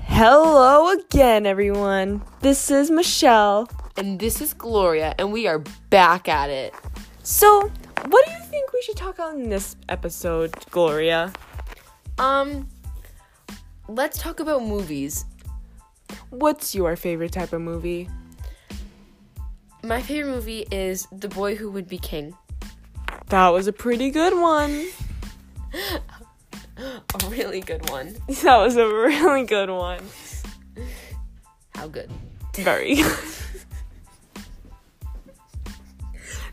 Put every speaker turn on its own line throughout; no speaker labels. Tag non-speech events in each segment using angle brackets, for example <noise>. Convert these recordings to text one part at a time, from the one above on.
Hello again, everyone. This is Michelle.
And this is Gloria, and we are back at it.
So, what do you think we should talk on in this episode, Gloria?
Um, let's talk about movies.
What's your favorite type of movie?
My favorite movie is The Boy Who Would Be King. <laughs>
That was a pretty good one. <laughs>
A really good one.
That was a really good one.
How good?
Very <laughs> good.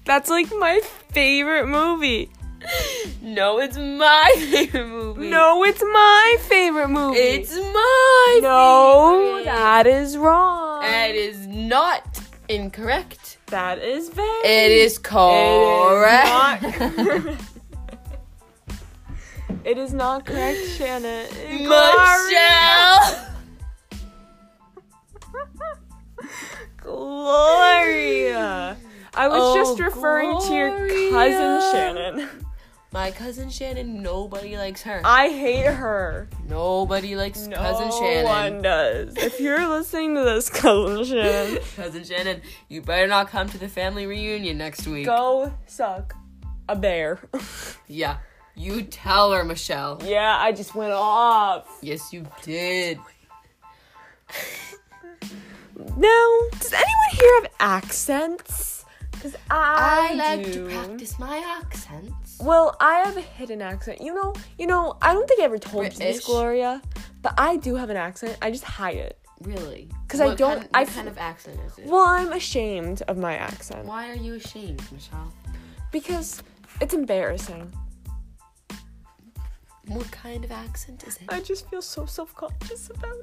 That's like my favorite movie.
No, it's my <laughs> favorite movie.
No, it's my favorite movie.
it's my.
no,
favorite.
that is wrong.
That is not incorrect.
that is very.
It is <laughs> correct.
<laughs> It is not correct, Shannon.
Michelle.
Gloria. I was
Oh,
just referring to your cousin
Gloria.
Shannon.
My cousin Shannon. Nobody likes her.
I hate her.
Nobody likes
No
cousin Shannon.
one does. If you're listening to this, <laughs> cousin Shannon,
Cousin Shannon, you better not come to the family reunion next week.
go suck a bear. <laughs>
Yeah. You tell her, Michelle.
yeah, I just went off.
Yes, you did.
Now, does anyone here have accents? Because I,
I, like
do.
to practice my accents.
Well, I have a hidden accent. You know, you know, I don't think I ever told you this,
British?
Gloria, but I do have an accent. I just hide it.
Really?
'Cause I
What
don't-
Kind
I
what
f-
kind of accent is it?
Well, I'm ashamed of my accent
Why are you ashamed, Michelle?
because it's embarrassing.
What kind of accent is it?
I just feel so self-conscious about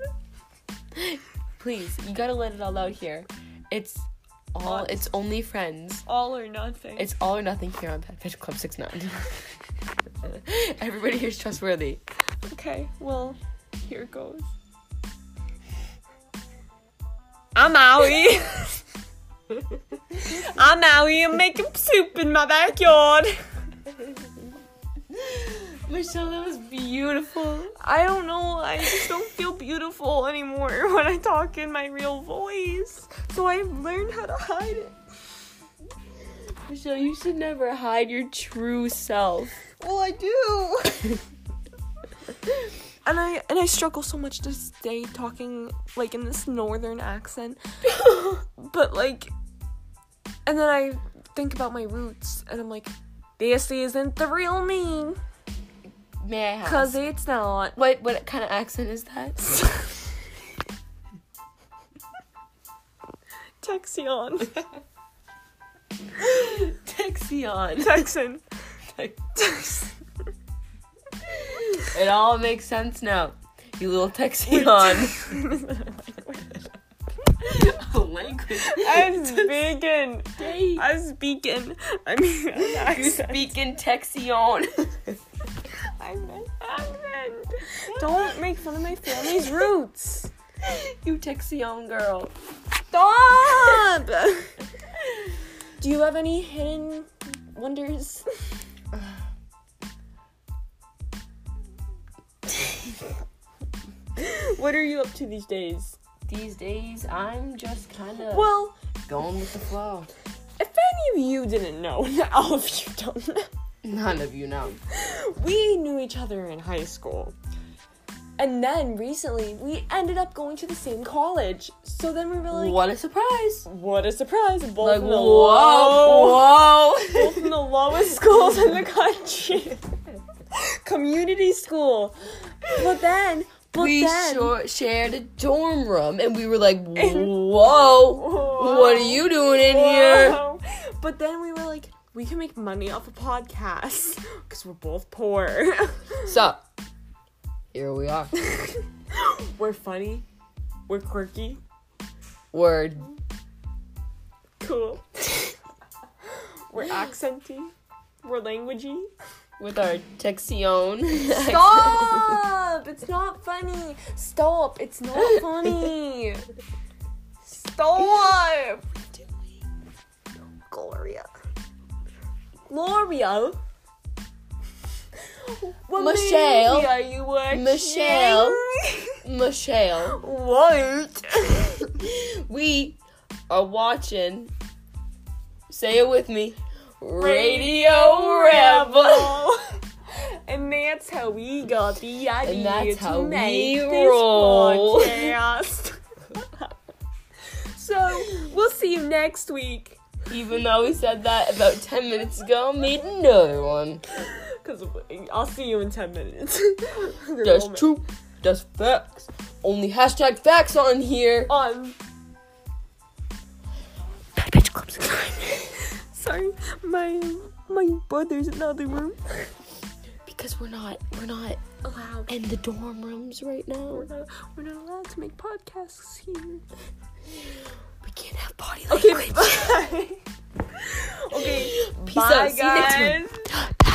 it.
Please, you gotta let it all out here. It's all. It's only friends.
All or nothing.
It's all or nothing here on Pet Fish Club Six Nine. <laughs> Everybody here's <laughs> trustworthy.
okay. Well, here goes. I'm Maui. <laughs> I'm Maui. I'm making soup in my backyard.
Michelle, that was beautiful.
I don't know. I just don't feel beautiful anymore <laughs> when I talk in my real voice. So I've learned how to hide it.
Michelle, you should never hide your true self.
Well, I do. <laughs> and I and I struggle so much to stay talking like in this northern accent, but like and then I think about my roots and I'm like this isn't the real me
May I have?
cuz it's not.
what what kind of accent is that?
Texion.
<gasps> <laughs> Texion.
Texan.
It all makes sense now. You little Texion. <laughs> the language.
I'm speaking.
<laughs> Hey,
I'm speaking. I mean, <laughs> an
you
accent.
speak in Texion.
I'm an accent. Don't make fun of my <laughs> family's roots.
<laughs> you Texion girl.
Stop. <laughs> Do you have any hidden wonders? <laughs> what are you up to these days?
These days, I'm just kind of
Well,
going with the flow.
if any of you didn't know, <laughs> all of you don't know.
None of you know.
<laughs> we knew each other in high school. And then recently, we ended up going to the same college. So then we were like,
what a surprise!
what a surprise! Both
Like
in the low,
whoa, <laughs>
<laughs>
whoa.
both in the lowest schools in the country, <laughs> community school. But then, but
we
then,
shor- shared a dorm room and we were like, whoa, what are you doing in here?
Whoa. But then we were like, we can make money off a podcast because we're both poor. <laughs>
So, here we are.
we're funny. We're quirky.
We're
Cool. <laughs> We're accenty. We're languagey.
with our Texion.
Stop! <laughs> it's not funny. Stop! It's not funny. Stop! Gloria. Gloria. What
Michelle.
movie are you watching?
Michelle. <laughs>
<laughs>
Michelle,
what?
<laughs> we are watching. Say it with me. Radio Rebel.
<laughs> and that's how we got the idea
that's how
to
we
make this
roll. <laughs>
podcast. so we'll see you next week.
Even though we said that about 10 minutes ago, made another one.
Cause I'll see you in ten minutes. <laughs>
That's true. That's facts. Only hashtag facts on here.
On. Bitch clips. <laughs> Sorry, my my brother's in the other room.
Because we're not, we're not
Allowed.
in the dorm rooms right now.
We're not, we're not allowed to make podcasts here.
We can't have body
Okay. Bye. <laughs> okay.
Peace
bye,
out. See you next
guys.
time.